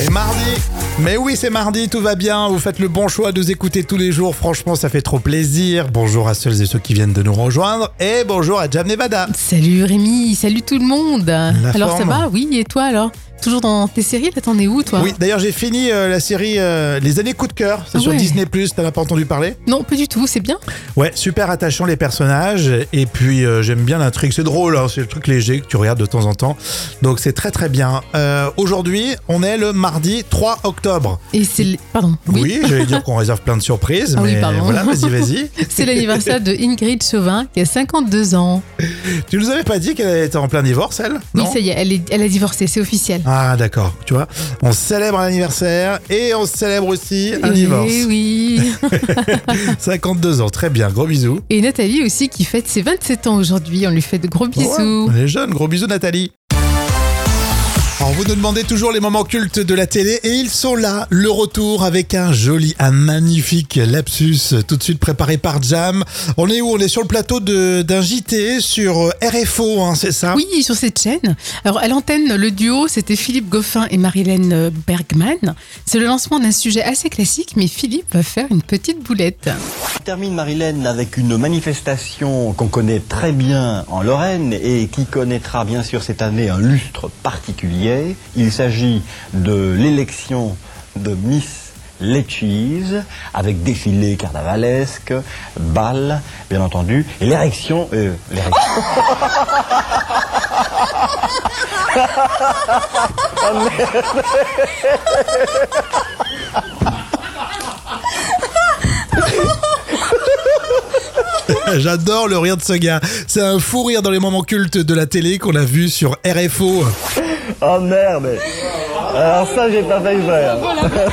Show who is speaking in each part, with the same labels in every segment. Speaker 1: Et mardi Mais oui, c'est mardi, tout va bien. Vous faites le bon choix de nous écouter tous les jours. Franchement, ça fait trop plaisir. Bonjour à celles et ceux qui viennent de nous rejoindre. Et bonjour à Jam Nevada.
Speaker 2: Salut Rémi, salut tout le monde. alors
Speaker 1: forme.
Speaker 2: ça va, oui, et toi alors Toujours dans tes séries Là, t'en es où toi
Speaker 1: Oui, d'ailleurs, j'ai fini euh, la série euh, Les années coup de cœur. C'est
Speaker 2: Ah
Speaker 1: sur
Speaker 2: ouais.
Speaker 1: Disney+, t'en as pas entendu parler
Speaker 2: Non, pas du tout, c'est bien.
Speaker 1: Ouais, super attachant les personnages. Et puis, euh, j'aime bien l'intrigue. C'est drôle, hein, c'est le truc léger que tu regardes de temps en temps. Donc, c'est très très bien. Euh, Aujourd'hui, on est le mardi 3 octobre.
Speaker 2: Et c'est le- pardon, oui,
Speaker 1: Oui, j'allais dire qu'on réserve plein de surprises,
Speaker 2: Ah oui,
Speaker 1: mais
Speaker 2: pardon.
Speaker 1: voilà, vas-y, vas-y.
Speaker 2: c'est l'anniversaire de Ingrid Chauvin qui a 52 ans.
Speaker 1: Tu nous avais pas dit qu'elle était en plein divorce, elle
Speaker 2: Oui,
Speaker 1: Non
Speaker 2: ça y est, elle, est- elle a divorcé, c'est officiel.
Speaker 1: Ah, d'accord, tu vois. On célèbre un anniversaire et on célèbre aussi un
Speaker 2: Eh
Speaker 1: divorce.
Speaker 2: oui.
Speaker 1: 52 ans, très bien, gros bisous.
Speaker 2: Et Nathalie aussi qui fête ses 27 ans aujourd'hui, on lui fait de gros bisous.
Speaker 1: Ouais, elle est jeune, gros bisous, Nathalie. Alors, vous nous demandez toujours les moments cultes de la télé et ils sont là, le retour avec un joli, un magnifique lapsus tout de suite préparé par Jam. On est où On est sur le plateau de- d'un JT sur RFO, hein, c'est ça
Speaker 2: Oui, sur cette chaîne. Alors, à l'antenne, le duo, c'était Philippe Goffin et Marilène euh, Bergman. C'est le lancement d'un sujet assez classique, mais Philippe va faire une petite boulette.
Speaker 3: termine Marilène avec une manifestation qu'on connaît très bien en Lorraine et qui connaîtra bien sûr cette année un lustre particulier. Il s'agit de l'élection de Miss Lechies avec défilé carnavalesque, bal bien entendu, et l'érection... euh, l'érection.
Speaker 1: J'adore le rire de ce gars. C'est un fou rire dans les moments cultes de la télé qu'on a vu sur RFO.
Speaker 3: Oh merde Alors ça j'ai pas fait hein. faire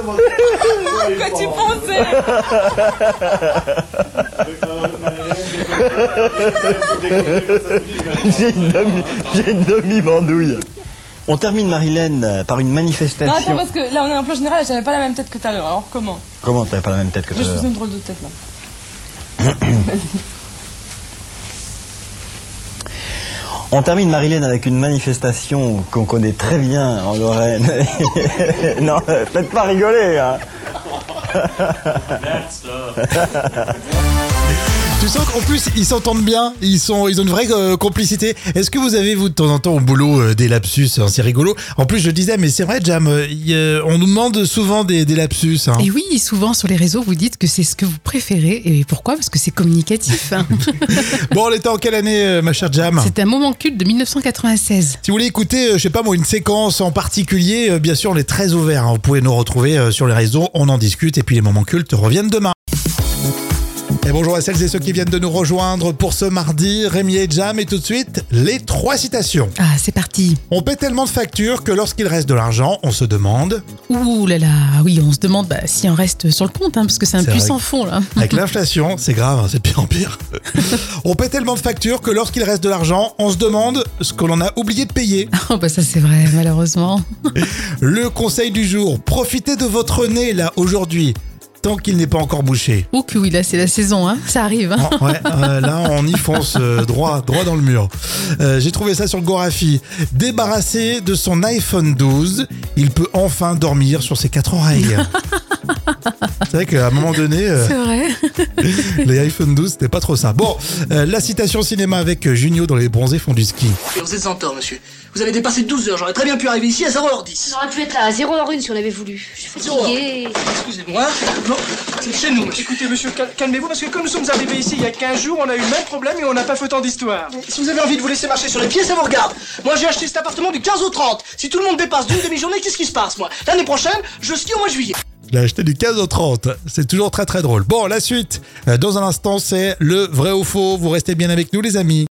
Speaker 4: quoi tu pensais
Speaker 3: J'ai une demi- j'ai une demi-bandouille on termine Marilène par une
Speaker 4: Non,
Speaker 3: manifestation.
Speaker 4: attends, parce que là, on est en plan général, j'avais pas la même tête que tout à l'heure, alors comment
Speaker 3: Comment t'as pas la même tête que
Speaker 4: Je
Speaker 3: toi
Speaker 4: faisais une drôle de tête, là.
Speaker 3: On termine Marilène avec une manifestation qu'on connaît très bien en Lorraine. non, faites pas rigoler. Hein.
Speaker 1: Tu sens qu'en plus, ils s'entendent bien. Ils, sont, ils ont une vraie euh, complicité. Est-ce que vous avez, vous, de temps en temps, au boulot, euh, des lapsus hein, C'est rigolo. En plus, je disais, mais c'est vrai, Jam, euh, y, euh, on nous demande souvent des, des lapsus. hein.
Speaker 2: Et oui, souvent sur les réseaux, vous dites que c'est ce que vous préférez. Et pourquoi Parce que c'est communicatif. hein.
Speaker 1: Bon, on était en quelle année, euh, ma chère Jam
Speaker 2: c'est un moment culte de 1996.
Speaker 1: Si vous voulez écouter, euh, je sais pas moi, une séquence en particulier, euh, bien sûr, on est très ouvert. hein. Vous pouvez nous retrouver euh, sur les réseaux, on en discute et puis les moments cultes reviennent demain. Et bonjour à celles et ceux qui viennent de nous rejoindre pour ce mardi, Rémi et Jam et tout de suite les trois citations.
Speaker 2: Ah, c'est parti.
Speaker 1: On paie tellement de factures que lorsqu'il reste de l'argent, on se demande,
Speaker 2: Ouh là là, oui, on se demande bah, si on reste sur le compte, hein, parce que c'est un
Speaker 1: C'est
Speaker 2: puits
Speaker 1: vrai.
Speaker 2: sans fond là.
Speaker 1: avec l'inflation, c'est grave, hein, c'est de pire en pire. on paie tellement de factures que lorsqu'il reste de l'argent, on se demande ce que l'on a oublié de payer.
Speaker 2: Oh, bah ça c'est vrai, malheureusement.
Speaker 1: Le conseil du jour, profitez de votre nez là aujourd'hui, tant qu'il n'est pas encore bouché.
Speaker 2: Ouh que oui, là c'est la saison, hein, ça arrive. hein.
Speaker 1: Oh, ouais, euh, là on y fonce euh, droit, droit dans le mur. Euh, J'ai trouvé ça sur le Gorafi. Débarrassé de son iPhone 12, il peut enfin dormir sur ses quatre oreilles. C'est vrai qu'à un moment donné, euh,
Speaker 2: C'est vrai.
Speaker 1: les iPhone 12, c'était pas trop ça. Bon, euh, la citation cinéma avec Junio dans Les Bronzés font du ski.
Speaker 5: Et vous êtes en tort, monsieur. Vous avez dépassé 12 heures. J'aurais très bien pu arriver ici à 0h10.
Speaker 6: J'aurais pu être là à 0h01 si on avait voulu. Je suis fatiguée.
Speaker 5: Excusez-moi. Hein Non, c'est chez nous, monsieur.
Speaker 7: Écoutez, monsieur, cal- calmez-vous parce que comme nous sommes arrivés ici il y a 15 jours, on a eu le même problème et on n'a pas fait tant d'histoire.
Speaker 5: Si vous avez envie de vous laisser marcher sur les pieds, ça vous regarde. Moi, j'ai acheté cet appartement du 15 au 30. Si tout le monde dépasse d'une demi-journée, qu'est-ce qui se passe, moi L'année prochaine, je skie au mois de juillet.
Speaker 1: Je l'ai acheté du 15 au 30. C'est toujours très très drôle. Bon, la suite, euh, dans un instant, c'est le vrai ou faux. Vous restez bien avec nous, les amis.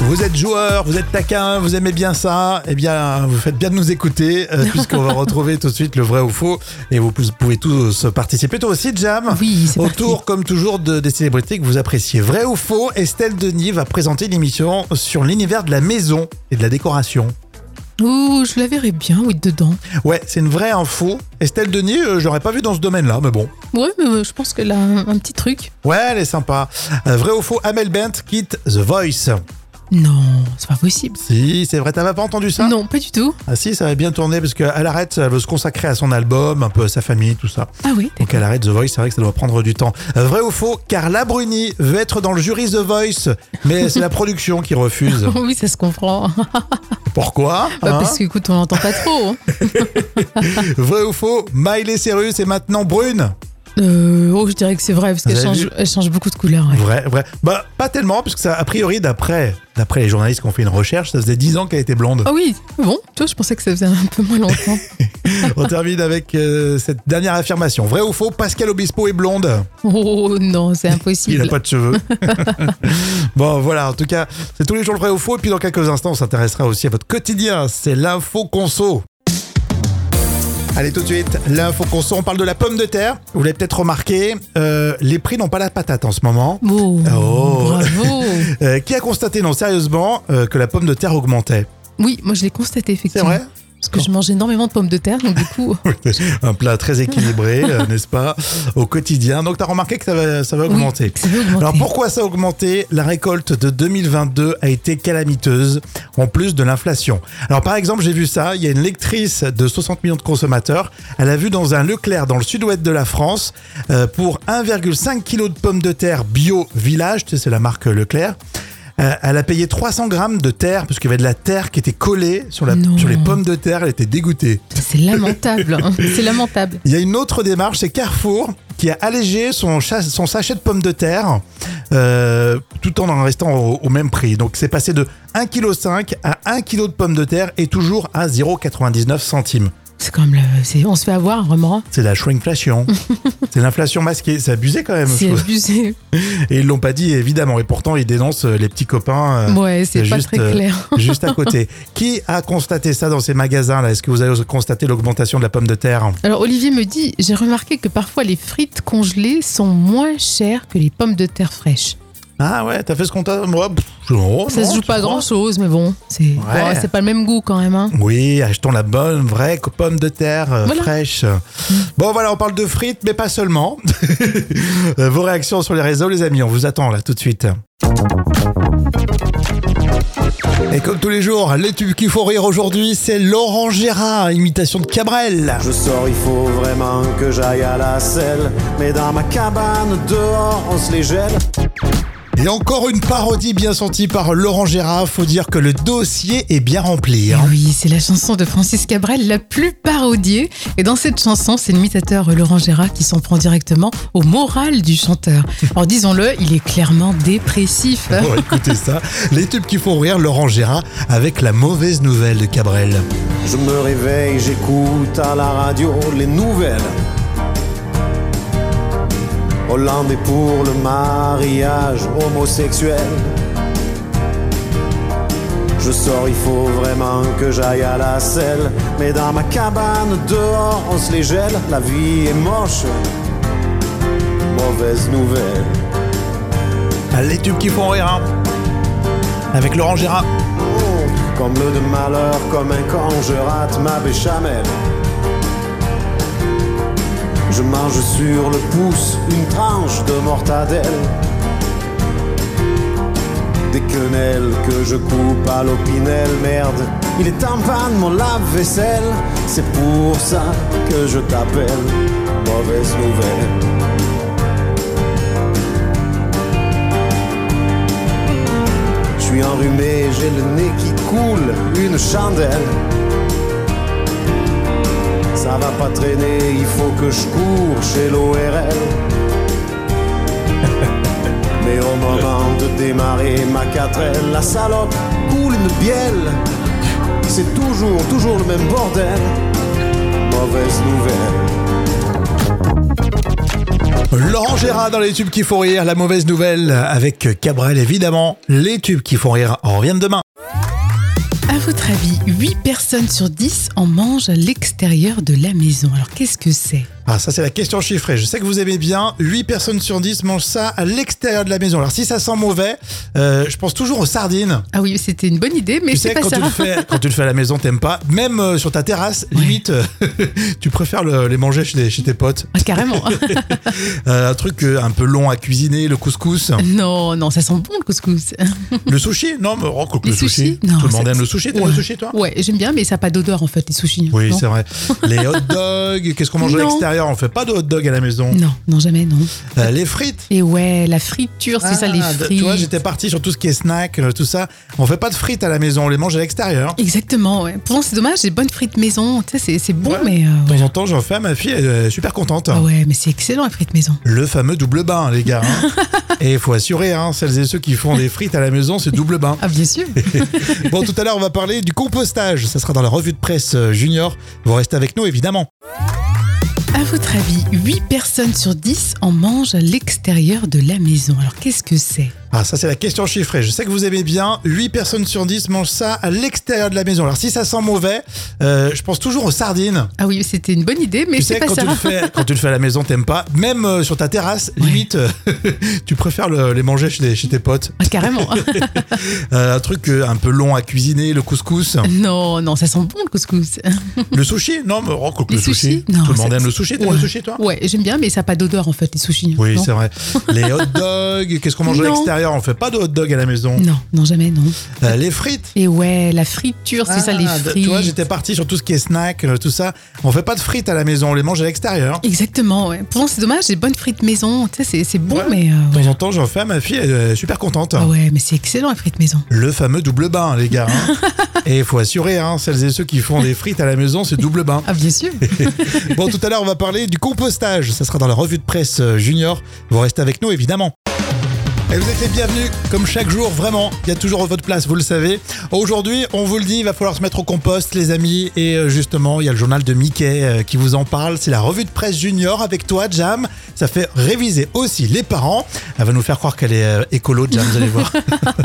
Speaker 1: Vous êtes joueur, vous êtes taquin, vous aimez bien ça, eh bien, vous faites bien de nous écouter, euh, puisqu'on va retrouver tout de suite le vrai ou faux. Et vous pou- pouvez tous euh, participer. Toi aussi, Jam
Speaker 2: Ah Oui, c'est parti.
Speaker 1: Autour, comme toujours, de- des célébrités que vous appréciez. Vrai ou faux, Estelle Denis va présenter une émission sur l'univers de la maison et de la décoration.
Speaker 2: Ouh, je la verrais bien, oui, dedans.
Speaker 1: Ouais, c'est une vraie info. Estelle Denis, euh, je l'aurais pas vu dans ce domaine-là, mais bon.
Speaker 2: Ouais, mais euh, je pense qu'elle a un, un petit truc.
Speaker 1: Ouais, elle est sympa. Euh, vrai ou faux, Amel Bent quitte The Voice.
Speaker 2: Non, c'est pas possible.
Speaker 1: Si, c'est vrai, t'avais pas entendu ça
Speaker 2: non, pas du tout.
Speaker 1: Ah si, ça va bien tourner parce qu'elle arrête, elle veut se consacrer à son album, un peu à sa famille, tout ça.
Speaker 2: Ah oui.
Speaker 1: Donc elle arrête The Voice, c'est vrai que ça doit prendre du temps. Euh, Vrai ou faux, Carla Bruni veut être dans le jury The Voice, mais c'est la production qui refuse.
Speaker 2: Oui, ça se comprend.
Speaker 1: Pourquoi
Speaker 2: Bah,
Speaker 1: hein
Speaker 2: parce qu'écoute, on l'entend pas trop. hein.
Speaker 1: Vrai ou faux, Miley Cyrus est maintenant brune
Speaker 2: Euh, oh, je dirais que c'est vrai, parce qu'elle
Speaker 1: Vous avez
Speaker 2: change,
Speaker 1: vu
Speaker 2: elle change beaucoup de couleurs. ouais.
Speaker 1: Vrai, vrai. Bah pas tellement, parce que ça, a priori, d'après d'après les journalistes qui ont fait une recherche, ça faisait 10 ans qu'elle était blonde.
Speaker 2: Ah oui, bon, toi, je pensais que ça faisait un peu moins longtemps.
Speaker 1: On termine avec euh, cette dernière affirmation. Vrai ou faux, Pascal Obispo est blonde
Speaker 2: Oh non, c'est
Speaker 1: Il
Speaker 2: impossible.
Speaker 1: n'a pas de cheveux. bon, voilà, en tout cas, c'est tous les jours le vrai ou faux. Et puis dans quelques instants, on s'intéressera aussi à votre quotidien. C'est l'info conso. Allez, tout de suite, l'info conso. On parle de la pomme de terre. Vous l'avez peut-être remarqué, euh, les prix n'ont pas la patate en ce moment.
Speaker 2: Oh,
Speaker 1: Oh.
Speaker 2: bravo.
Speaker 1: Euh, qui a constaté, non, sérieusement, euh, que la pomme de terre augmentait
Speaker 2: Oui, moi je l'ai constaté effectivement.
Speaker 1: vrai
Speaker 2: Parce que je mange énormément de pommes de terre, donc du coup,
Speaker 1: Un plat très équilibré, euh, n'est-ce pas, au quotidien. Donc, tu as remarqué que ça va, ça va
Speaker 2: oui,
Speaker 1: augmenter.
Speaker 2: ça veut augmenter.
Speaker 1: Alors pourquoi ça a augmenté La récolte de 2022 a été calamiteuse, en plus de l'inflation. Alors par exemple, j'ai vu ça, il y a une lectrice de 60 millions de consommateurs, elle a vu dans un Leclerc dans le sud-ouest de la France, euh, pour 1,5 kg de pommes de terre bio village, tu sais, c'est la marque Leclerc, euh, elle a payé 300 grammes de terre, parce qu'il y avait de la terre qui était collée sur, la,
Speaker 2: Non.
Speaker 1: sur les pommes de terre, elle était dégoûtée.
Speaker 2: C'est lamentable, hein. c'est lamentable.
Speaker 1: Il y a une autre démarche, c'est Carrefour qui a allégé son, cha- son sachet de pommes de terre euh, tout en en restant au, au même prix. Donc c'est passé de 1,5 kg à 1 kg de pommes de terre et toujours à 0,99 centimes.
Speaker 2: C'est quand même, le- c'est- on se fait avoir vraiment.
Speaker 1: C'est la shrinkflation. c'est l'inflation masquée. C'est abusé quand même.
Speaker 2: C'est abusé.
Speaker 1: Et ils l'ont pas dit évidemment. Et pourtant ils dénoncent euh, les petits copains. euh,
Speaker 2: Ouais, c'est pas
Speaker 1: juste,
Speaker 2: très
Speaker 1: euh,
Speaker 2: clair.
Speaker 1: Juste à côté. Qui a constaté ça dans ces magasins là Est-ce que vous avez constaté l'augmentation de la pomme de terre
Speaker 2: Alors Olivier me dit, j'ai remarqué que parfois les frites congelées sont moins chères que les pommes de terre fraîches.
Speaker 1: Ah ouais, t'as fait ce qu'on t'a. Moi, pff, non,
Speaker 2: Ça
Speaker 1: Oh non,
Speaker 2: se joue
Speaker 1: tu
Speaker 2: pas
Speaker 1: crois
Speaker 2: grand chose, mais bon, c'est
Speaker 1: Ouais.
Speaker 2: bon, c'est pas le même goût quand même. hein.
Speaker 1: Oui, achetons la bonne, vraie pomme de terre euh,
Speaker 2: Voilà.
Speaker 1: fraîche. Bon, voilà, on parle de frites, mais pas seulement. Euh, Vos réactions sur les réseaux, les amis, on vous attend là tout de suite. Et comme tous les jours, les tubes qu'il faut rire aujourd'hui, c'est Laurent Gérard, imitation de Cabrel.
Speaker 8: Je sors, il faut vraiment que j'aille à la selle. Mais dans ma cabane, dehors, on se les gèle.
Speaker 1: Et encore une parodie bien sentie par Laurent Gérard. Faut dire que le dossier est bien rempli. hein.
Speaker 2: Eh Oui, c'est la chanson de Francis Cabrel la plus parodiée. Et dans cette chanson, c'est l'imitateur Laurent Gérard qui s'en prend directement au moral du chanteur. Alors disons-le, il est clairement dépressif.
Speaker 1: Bon, écoutez ça. Les tubes qui font rire Laurent Gérard avec la mauvaise nouvelle de Cabrel.
Speaker 8: Je me réveille, j'écoute à la radio les nouvelles. Hollande est pour le mariage homosexuel. Je sors, il faut vraiment que j'aille à la selle. Mais dans ma cabane, dehors, on se les gèle. La vie est moche. Mauvaise nouvelle.
Speaker 1: Ah, Les tubes qui font rire, hein. Avec Laurent Gérard.
Speaker 8: Comme le de malheur, comme un con, je rate ma béchamel. Je mange sur le pouce une tranche de mortadelle. Des quenelles que je coupe à l'opinel, merde. Il est en panne mon lave-vaisselle, c'est pour ça que je t'appelle. Mauvaise nouvelle. Je suis enrhumé, j'ai le nez qui coule, une chandelle. Ça va pas traîner, il faut que je cours chez l'ORL. Mais au moment de démarrer ma 4L, la salope coule une bielle. C'est toujours, toujours le même bordel. Mauvaise nouvelle.
Speaker 1: Laurent Gérard dans les tubes qui font rire. La mauvaise nouvelle avec Cabrel, évidemment. Les tubes qui font rire en reviennent demain.
Speaker 2: À votre avis, 8 personnes sur 10 en mangent à l'extérieur de la maison. Alors qu'est-ce que c'est
Speaker 1: Ah, ça, c'est la question chiffrée. Je sais que vous aimez bien. 8 personnes sur 10 mangent ça à l'extérieur de la maison. Alors, si ça sent mauvais, euh, je pense toujours aux sardines.
Speaker 2: Ah oui, c'était une bonne idée, mais
Speaker 1: Tu
Speaker 2: c'est
Speaker 1: sais,
Speaker 2: pas
Speaker 1: quand
Speaker 2: ça.
Speaker 1: tu, le fais, quand tu le fais à la maison, t'aimes pas. Même euh, sur ta terrasse, limite, euh, tu préfères le- les manger chez, les- chez tes potes.
Speaker 2: Ah, carrément.
Speaker 1: Euh, un truc euh, un peu long à cuisiner, le couscous.
Speaker 2: non, non, ça sent bon le couscous.
Speaker 1: le sushi Non, mais oh, que
Speaker 2: Les
Speaker 1: le sushi.
Speaker 2: sushis Non,
Speaker 1: Tout le monde
Speaker 2: ça-
Speaker 1: aime le sushi. T'aimes
Speaker 2: Ouais.
Speaker 1: le sushi, toi
Speaker 2: Ouais, j'aime bien, mais ça n'a pas d'odeur en fait, les sushis.
Speaker 1: Oui,
Speaker 2: non
Speaker 1: c'est vrai. Les hot dogs, qu'est-ce qu'on mange à
Speaker 2: Non.
Speaker 1: l'extérieur On fait pas de hot dog à la maison.
Speaker 2: Non, non, jamais, non.
Speaker 1: Euh, les frites.
Speaker 2: Et ouais, la friture, c'est ça, les
Speaker 1: Ah,
Speaker 2: frites.
Speaker 1: Tu vois, j'étais parti sur tout ce qui est snack, euh, tout ça. On fait pas de frites à la maison, on les mange à l'extérieur.
Speaker 2: Exactement, ouais. Pourtant, c'est dommage, j'ai bonnes frites maison. Tu sais, c'est- c'est bon,
Speaker 1: Ouais.
Speaker 2: mais. euh,
Speaker 1: De
Speaker 2: ouais.
Speaker 1: temps en temps, j'en fais à ma fille, elle est super contente.
Speaker 2: Ah ouais, mais c'est excellent, les frites maison.
Speaker 1: Le fameux double bain, les gars. hein. et il faut assurer, hein, celles et ceux qui font des frites à la maison, c'est double bain.
Speaker 2: Ah, bien sûr.
Speaker 1: Bon, tout à l'heure, on va parler du compostage. Ça sera dans la revue de presse euh, junior. Vous restez avec nous, évidemment.
Speaker 2: À votre avis, 8 personnes sur 10 en mangent à l'extérieur de la maison. Alors, qu'est-ce que c'est
Speaker 1: Ah, ça, c'est la question chiffrée. Je sais que vous aimez bien. 8 personnes sur 10 mangent ça à l'extérieur de la maison. Alors, si ça sent mauvais, euh, je pense toujours aux sardines.
Speaker 2: Ah oui, c'était une bonne idée, mais
Speaker 1: Tu
Speaker 2: c'est
Speaker 1: sais,
Speaker 2: pas
Speaker 1: quand
Speaker 2: ça.
Speaker 1: tu, le fais, quand tu le fais à la maison, t'aimes pas. Même euh, sur ta terrasse, limite, euh, tu préfères le- les manger chez, les- chez tes potes.
Speaker 2: Ah, carrément.
Speaker 1: Euh, un truc euh, un peu long à cuisiner, le couscous.
Speaker 2: non, non, ça sent bon le couscous.
Speaker 1: le sushi Non, mais oh, que
Speaker 2: Les
Speaker 1: le sushi.
Speaker 2: sushis Non,
Speaker 1: Tout le monde
Speaker 2: ça-
Speaker 1: aime le sushi. T'aimes
Speaker 2: Ouais.
Speaker 1: le sushi, toi
Speaker 2: Ouais, j'aime bien, mais ça n'a pas d'odeur en fait, les sushis. hein.
Speaker 1: Oui,
Speaker 2: non
Speaker 1: c'est vrai. Les hot dogs, qu'est-ce qu'on mange à
Speaker 2: Non.
Speaker 1: l'extérieur On fait pas de hot dog à la maison.
Speaker 2: Non, non, jamais, non.
Speaker 1: Euh, les frites.
Speaker 2: Et ouais, la friture, c'est ça, les
Speaker 1: Ah,
Speaker 2: frites.
Speaker 1: Tu vois, j'étais parti sur tout ce qui est snack, euh, tout ça. On fait pas de frites à la maison, on les mange à l'extérieur.
Speaker 2: Exactement, ouais. Pourtant, c'est dommage, j'ai bonnes frites maison. Tu sais, c'est- c'est bon,
Speaker 1: Ouais.
Speaker 2: mais. euh,
Speaker 1: De
Speaker 2: ouais.
Speaker 1: temps en temps, j'en fais à ma fille, elle est super contente.
Speaker 2: Ah ouais, mais c'est excellent, les frites maison.
Speaker 1: Le fameux double bain, les gars. hein. et il faut assurer, hein, celles et ceux qui font des frites à la maison, c'est double bain.
Speaker 2: Ah, bien sûr.
Speaker 1: Bon, tout à l'heure, on va parler du compostage. Ça sera dans la revue de presse euh, junior. Vous restez avec nous, évidemment. Et vous êtes les bienvenus, comme chaque jour, vraiment, il y a toujours votre place, vous le savez. Aujourd'hui, on vous le dit, il va falloir se mettre au compost, les amis. Et euh, justement, il y a le journal de Mickey euh, qui vous en parle. C'est la revue de presse junior avec toi, Jam. Ça fait réviser aussi les parents. Elle va nous faire croire qu'elle est euh, écolo, Jam, vous allez voir.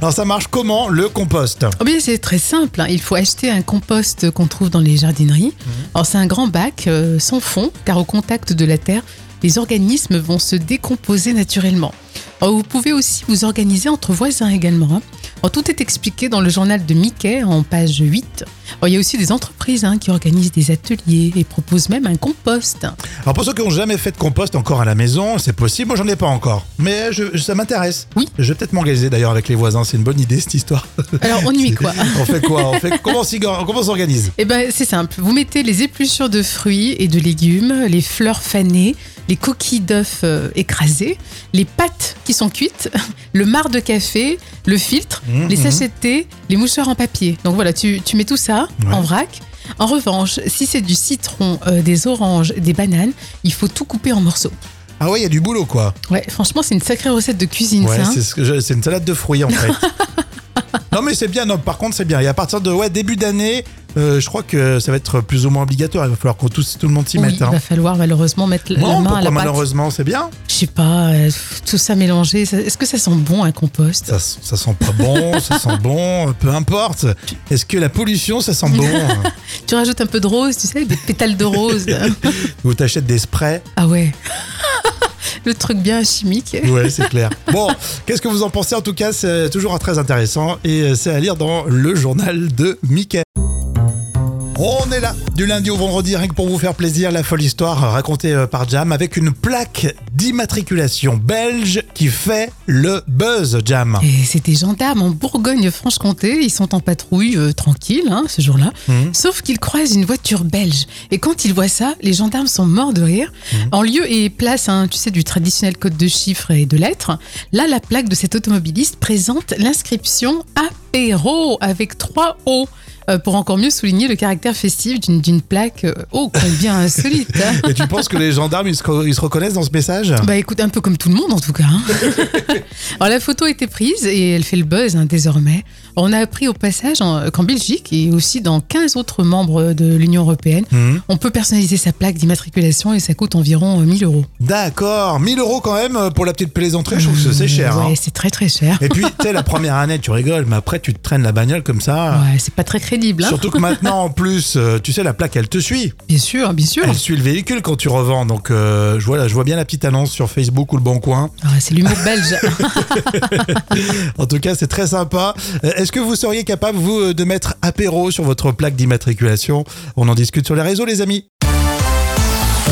Speaker 1: Alors, ça marche comment, le compost
Speaker 2: Oh bien, c'est très simple. hein. Il faut acheter un compost qu'on trouve dans les jardineries. Alors, c'est un grand bac euh, sans fond, car au contact de la terre, les organismes vont se décomposer naturellement. Alors, vous pouvez aussi vous organiser entre voisins également. hein. Alors, tout est expliqué dans le journal de Mickey en page 8. Alors, il y a aussi des entreprises hein, qui organisent des ateliers et proposent même un compost.
Speaker 1: Alors pour ceux qui n'ont jamais fait de compost encore à la maison, c'est possible. Moi, j'en ai pas encore, mais je- ça m'intéresse.
Speaker 2: Oui.
Speaker 1: Je vais peut-être m'organiser d'ailleurs avec les voisins. C'est une bonne idée cette histoire.
Speaker 2: Alors, on nuit quoi
Speaker 1: on fait quoi On fait comment on s'y- comment on s'organise
Speaker 2: Eh ben, c'est simple. Vous mettez les épluchures de fruits et de légumes, les fleurs fanées, les coquilles d'œufs euh, écrasées, les pâtes qui sont cuites, le marc de café, le filtre,
Speaker 1: Mhm.
Speaker 2: les sachets de thé, les mouchoirs en papier. Donc voilà, tu, tu mets tout ça
Speaker 1: Ouais.
Speaker 2: en vrac. En revanche, si c'est du citron, euh, des oranges, des bananes, il faut tout couper en morceaux.
Speaker 1: Ah ouais, il y a du boulot quoi.
Speaker 2: Ouais, franchement, c'est une sacrée recette de cuisine,
Speaker 1: Ouais,
Speaker 2: ça. hein.
Speaker 1: c'est ce que je- c'est une salade de fruits en fait. Non mais c'est bien, non, par contre c'est bien. Et à partir de ouais, début d'année, euh, je crois que ça va être plus ou moins obligatoire. Il va falloir qu'on tous, tout le monde s'y
Speaker 2: Oui,
Speaker 1: mette.
Speaker 2: il
Speaker 1: hein.
Speaker 2: va falloir malheureusement mettre la
Speaker 1: Non,
Speaker 2: main à
Speaker 1: pourquoi
Speaker 2: la pâte.
Speaker 1: malheureusement c'est bien.
Speaker 2: Je sais pas, euh, pff, tout ça mélangé, ça- est-ce que ça sent bon un compost
Speaker 1: Ça, ça sent pas bon, ça sent bon, peu importe. Est-ce que la pollution ça sent bon
Speaker 2: Tu rajoutes un peu de rose, tu sais, des pétales de rose.
Speaker 1: Ou t'achètes des sprays
Speaker 2: ah ouais. Le truc bien chimique.
Speaker 1: Ouais, c'est clair. Bon, qu'est-ce que vous en pensez En tout cas, c'est toujours très intéressant et euh, c'est à lire dans le journal de Mickey. On est là du lundi au vendredi rien que pour vous faire plaisir la folle histoire racontée euh, par Jam avec une plaque d'immatriculation belge qui fait le buzz Jam.
Speaker 2: Et c'est des gendarmes en Bourgogne-Franche-Comté. Ils sont en patrouille euh, tranquille hein, ce jour-là.
Speaker 1: Mhm.
Speaker 2: Sauf qu'ils croisent une voiture belge. Et quand ils voient ça, les gendarmes sont morts de rire. En lieu et place, hein, tu sais, du traditionnel code de chiffres et de lettres, là, la plaque de cet automobiliste présente l'inscription apéro avec trois O. euh, Pour encore mieux souligner le caractère festif d'une d'une plaque, euh, oh combien insolite hein.
Speaker 1: Et tu penses que les gendarmes ils se, co- ils se reconnaissent dans ce message
Speaker 2: Bah écoute, un peu comme tout le monde en tout cas. hein. Alors la photo a été prise et elle fait le buzz hein, désormais. On a appris au passage en- qu'en Belgique et aussi dans 15 autres membres de l'Union européenne,
Speaker 1: Mhm.
Speaker 2: on peut personnaliser sa plaque d'immatriculation et ça coûte environ euh, 1000 euros.
Speaker 1: D'accord, 1000 euros quand même euh, pour la petite plaisanterie, je trouve que c'est cher. hein.
Speaker 2: Euh, Mm, Ouais, c'est très très cher.
Speaker 1: Et puis, tu sais, la première année, tu rigoles, mais après, tu te traînes la bagnole comme ça.
Speaker 2: Ouais, c'est pas très crédible. Hein
Speaker 1: Surtout que maintenant, en plus, euh, tu sais, la plaque, elle te suit.
Speaker 2: Bien sûr, bien sûr.
Speaker 1: Elle suit le véhicule quand tu revends. Donc, euh, je, vois, je vois bien la petite annonce sur Facebook ou le Bon Coin.
Speaker 2: Ah, c'est l'humour belge.
Speaker 1: En tout cas, c'est très sympa. Euh, Est-ce que vous seriez capable, vous, euh, de mettre apéro sur votre plaque d'immatriculation On en discute sur les réseaux, les amis.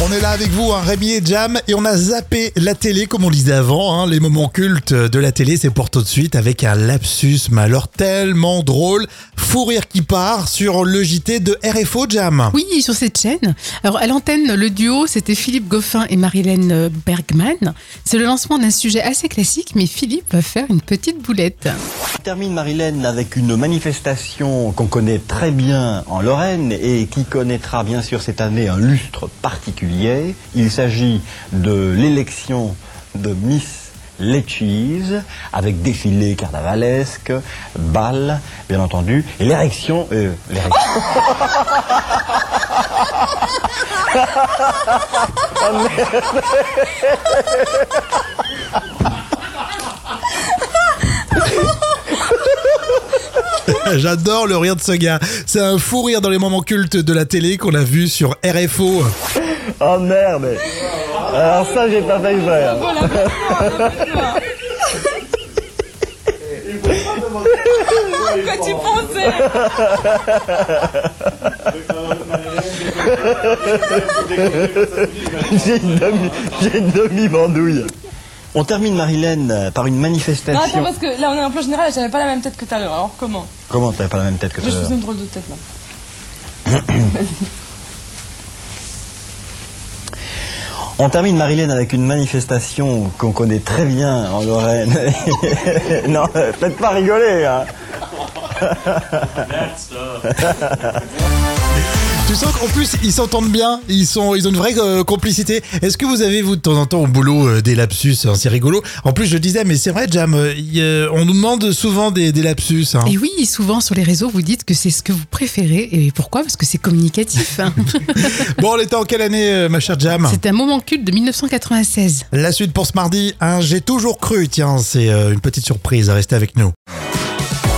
Speaker 1: On est là avec vous, hein, Rémi et Jam, et on a zappé la télé comme on le disait avant. hein. les moments cultes de la télé, c'est pour tout de suite avec un lapsus, mais alors tellement drôle. Fou rire qui part sur le JT de RFO, Jam.
Speaker 2: Oui, sur cette chaîne. Alors, à l'antenne, le duo, c'était Philippe Goffin et Marilène euh, Bergman. C'est le lancement d'un sujet assez classique, mais Philippe va faire une petite boulette.
Speaker 3: Je termine Marilène avec une manifestation qu'on connaît très bien en Lorraine et qui connaîtra bien sûr cette année un lustre particulier. Il s'agit de l'élection de Miss Lechies avec défilé carnavalesque, bal bien entendu, et l'érection... euh, l'érection.
Speaker 1: J'adore le rire de ce gars. C'est un fou rire dans les moments cultes de la télé qu'on a vu sur RFO.
Speaker 3: Oh merde Alors ça j'ai pas fait hein. faire.
Speaker 4: Pourquoi tu pensais
Speaker 3: J'ai une demi- j'ai une demi-bandouille. On termine Marilène par une
Speaker 4: Non,
Speaker 3: manifestation.
Speaker 4: attends, parce que là, on est en plan général, j'avais pas la même tête que tout à l'heure. Alors comment
Speaker 3: Comment t'as pas la même tête que
Speaker 4: Je
Speaker 3: toi
Speaker 4: faisais une drôle de tête là.
Speaker 3: On termine Marilène avec une manifestation qu'on connaît très bien en Lorraine. non, faites pas rigoler. Hein.
Speaker 1: Tu sens qu'en plus ils s'entendent bien, ils sont, ils ont une vraie euh, complicité. Est-ce que vous avez vous de temps en temps au boulot euh, des lapsus hein, C'est rigolo. En plus je disais, mais c'est vrai, Jam, euh, y, euh, on nous demande souvent des, des lapsus. hein.
Speaker 2: Et oui, souvent sur les réseaux, vous dites que c'est ce que vous préférez. Et pourquoi Parce que c'est communicatif. hein.
Speaker 1: Bon, on était en quelle année, euh, ma chère Jam
Speaker 2: c'est un moment culte de 1996.
Speaker 1: La suite pour ce mardi. hein, J'ai toujours cru. Tiens, c'est euh, une petite surprise. Restez avec nous.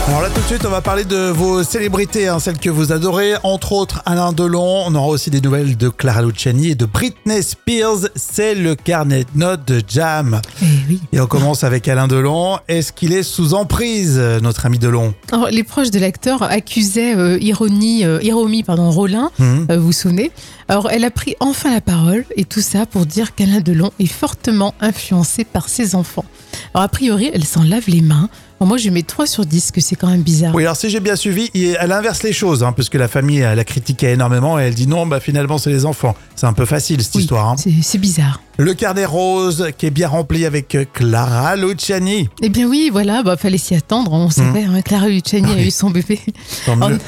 Speaker 1: Alors là tout de suite, on va parler de vos célébrités, hein, celles que vous adorez, entre autres Alain Delon. On aura aussi des nouvelles de Clara Luciani et de Britney Spears. C'est le carnet de notes de Jam.
Speaker 2: Eh oui.
Speaker 1: Et on commence avec Alain Delon. Est-ce qu'il est sous emprise, euh, notre ami Delon
Speaker 2: Alors, les proches de l'acteur accusaient euh, Ironie, euh, Hiromi pardon, Rollin,
Speaker 1: Mhm.
Speaker 2: euh, vous vous souvenez Alors, elle a pris enfin la parole, et tout ça pour dire qu'Alain Delon est fortement influencé par ses enfants. Alors, a priori, elle s'en lave les mains. Bon, moi, je lui mets 3 sur 10, que c'est quand même bizarre.
Speaker 1: Oui, alors si j'ai bien suivi, il- elle inverse les choses, hein, parce que la famille elle la critiquait énormément et elle dit non, bah finalement c'est les enfants. C'est un peu facile cette
Speaker 2: Oui,
Speaker 1: histoire. hein.
Speaker 2: c'est- C'est bizarre.
Speaker 1: Le carnet rose qui est bien rempli avec euh, Clara Luciani.
Speaker 2: Eh bien oui, voilà, bah, fallait s'y attendre, on
Speaker 1: Mmh.
Speaker 2: savait, hein, Clara Luciani a eu son bébé.
Speaker 1: Tant
Speaker 2: En-
Speaker 1: mieux.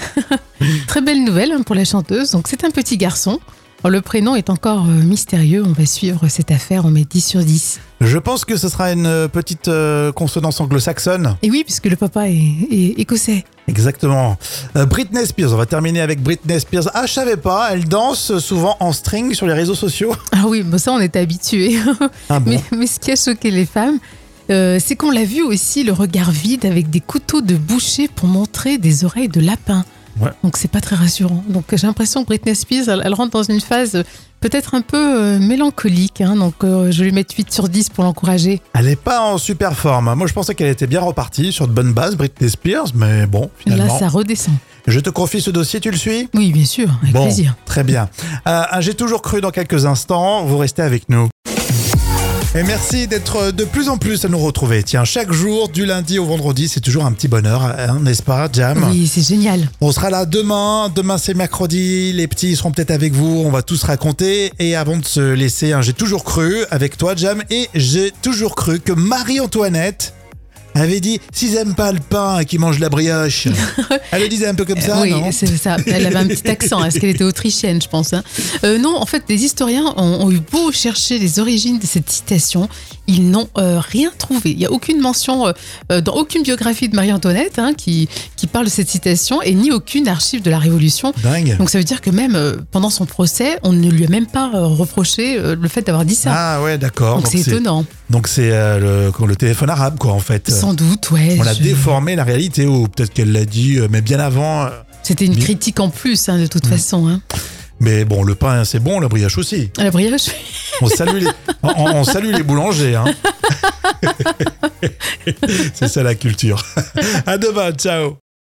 Speaker 2: Très belle nouvelle hein, pour la chanteuse, donc c'est un petit garçon. Alors, le prénom est encore euh, mystérieux, on va suivre cette affaire, on met 10 sur 10.
Speaker 1: Je pense que ce sera une euh, petite euh, consonance anglo-saxonne.
Speaker 2: Et oui, puisque le papa est, est écossais.
Speaker 1: Exactement. Euh, Britney Spears, on va terminer avec Britney Spears. Ah, je savais pas, elle danse souvent en string sur les réseaux sociaux.
Speaker 2: Ah oui, bon, ça on était habitués.
Speaker 1: Ah bon
Speaker 2: mais, mais ce qui a choqué les femmes, euh, c'est qu'on l'a vu aussi le regard vide avec des couteaux de boucher pour montrer des oreilles de lapin.
Speaker 1: Ouais.
Speaker 2: Donc c'est pas très rassurant. Donc j'ai l'impression que Britney Spears, elle, elle rentre dans une phase euh, peut-être un peu euh, mélancolique. hein. donc euh, je vais lui mettre 8 sur 10 pour l'encourager.
Speaker 1: Elle n'est pas en super forme. Moi, je pensais qu'elle était bien repartie sur de bonnes bases, Britney Spears, mais bon,
Speaker 2: Et là,
Speaker 1: finalement.
Speaker 2: ça redescend.
Speaker 1: Je te confie ce dossier, tu le suis
Speaker 2: Oui, bien sûr, avec
Speaker 1: Bon,
Speaker 2: plaisir.
Speaker 1: très bien. Euh, un J'ai toujours cru dans quelques instants, vous restez avec nous. Et merci d'être de plus en plus à nous retrouver. Tiens, chaque jour, du lundi au vendredi, c'est toujours un petit bonheur, hein, n'est-ce pas, Jam
Speaker 2: Oui, c'est génial.
Speaker 1: on sera là demain. Demain, c'est mercredi. Les petits seront peut-être avec vous. On va tous raconter. Et avant de se laisser, hein, j'ai toujours cru avec toi, Jam, et j'ai toujours cru que Marie-Antoinette avait dit s'ils aiment pas le pain qu'ils mangent la brioche. Elle le disait un peu comme ça,
Speaker 2: oui,
Speaker 1: non
Speaker 2: c'est ça. Elle avait un petit accent. Est-ce qu'elle était autrichienne, je pense hein Euh, Non, en fait, les historiens ont, ont eu beau chercher les origines de cette citation. ils n'ont euh, rien trouvé. Il n'y a aucune mention euh, euh, dans aucune biographie de Marie-Antoinette hein, qui, qui parle de cette citation et ni aucune archive de la Révolution.
Speaker 1: Dingue.
Speaker 2: Donc ça veut dire que même euh, pendant son procès, on ne lui a même pas euh, reproché euh, le fait d'avoir dit ça.
Speaker 1: Ah ouais, d'accord.
Speaker 2: Donc c'est étonnant.
Speaker 1: Donc c'est euh, le, le téléphone arabe, quoi, en fait.
Speaker 2: Sans doute, ouais.
Speaker 1: euh, On a
Speaker 2: je-
Speaker 1: déformé la réalité, ou peut-être qu'elle l'a dit, euh, mais bien avant. euh,
Speaker 2: C'était une
Speaker 1: Mais- Mmh.
Speaker 2: critique en plus, hein, de toute façon. Hein.
Speaker 1: Mais bon, le pain, c'est bon, le brioche aussi.
Speaker 2: La brioche,
Speaker 1: On salue les, on, on salue les boulangers. hein. c'est ça la culture. À demain, ciao.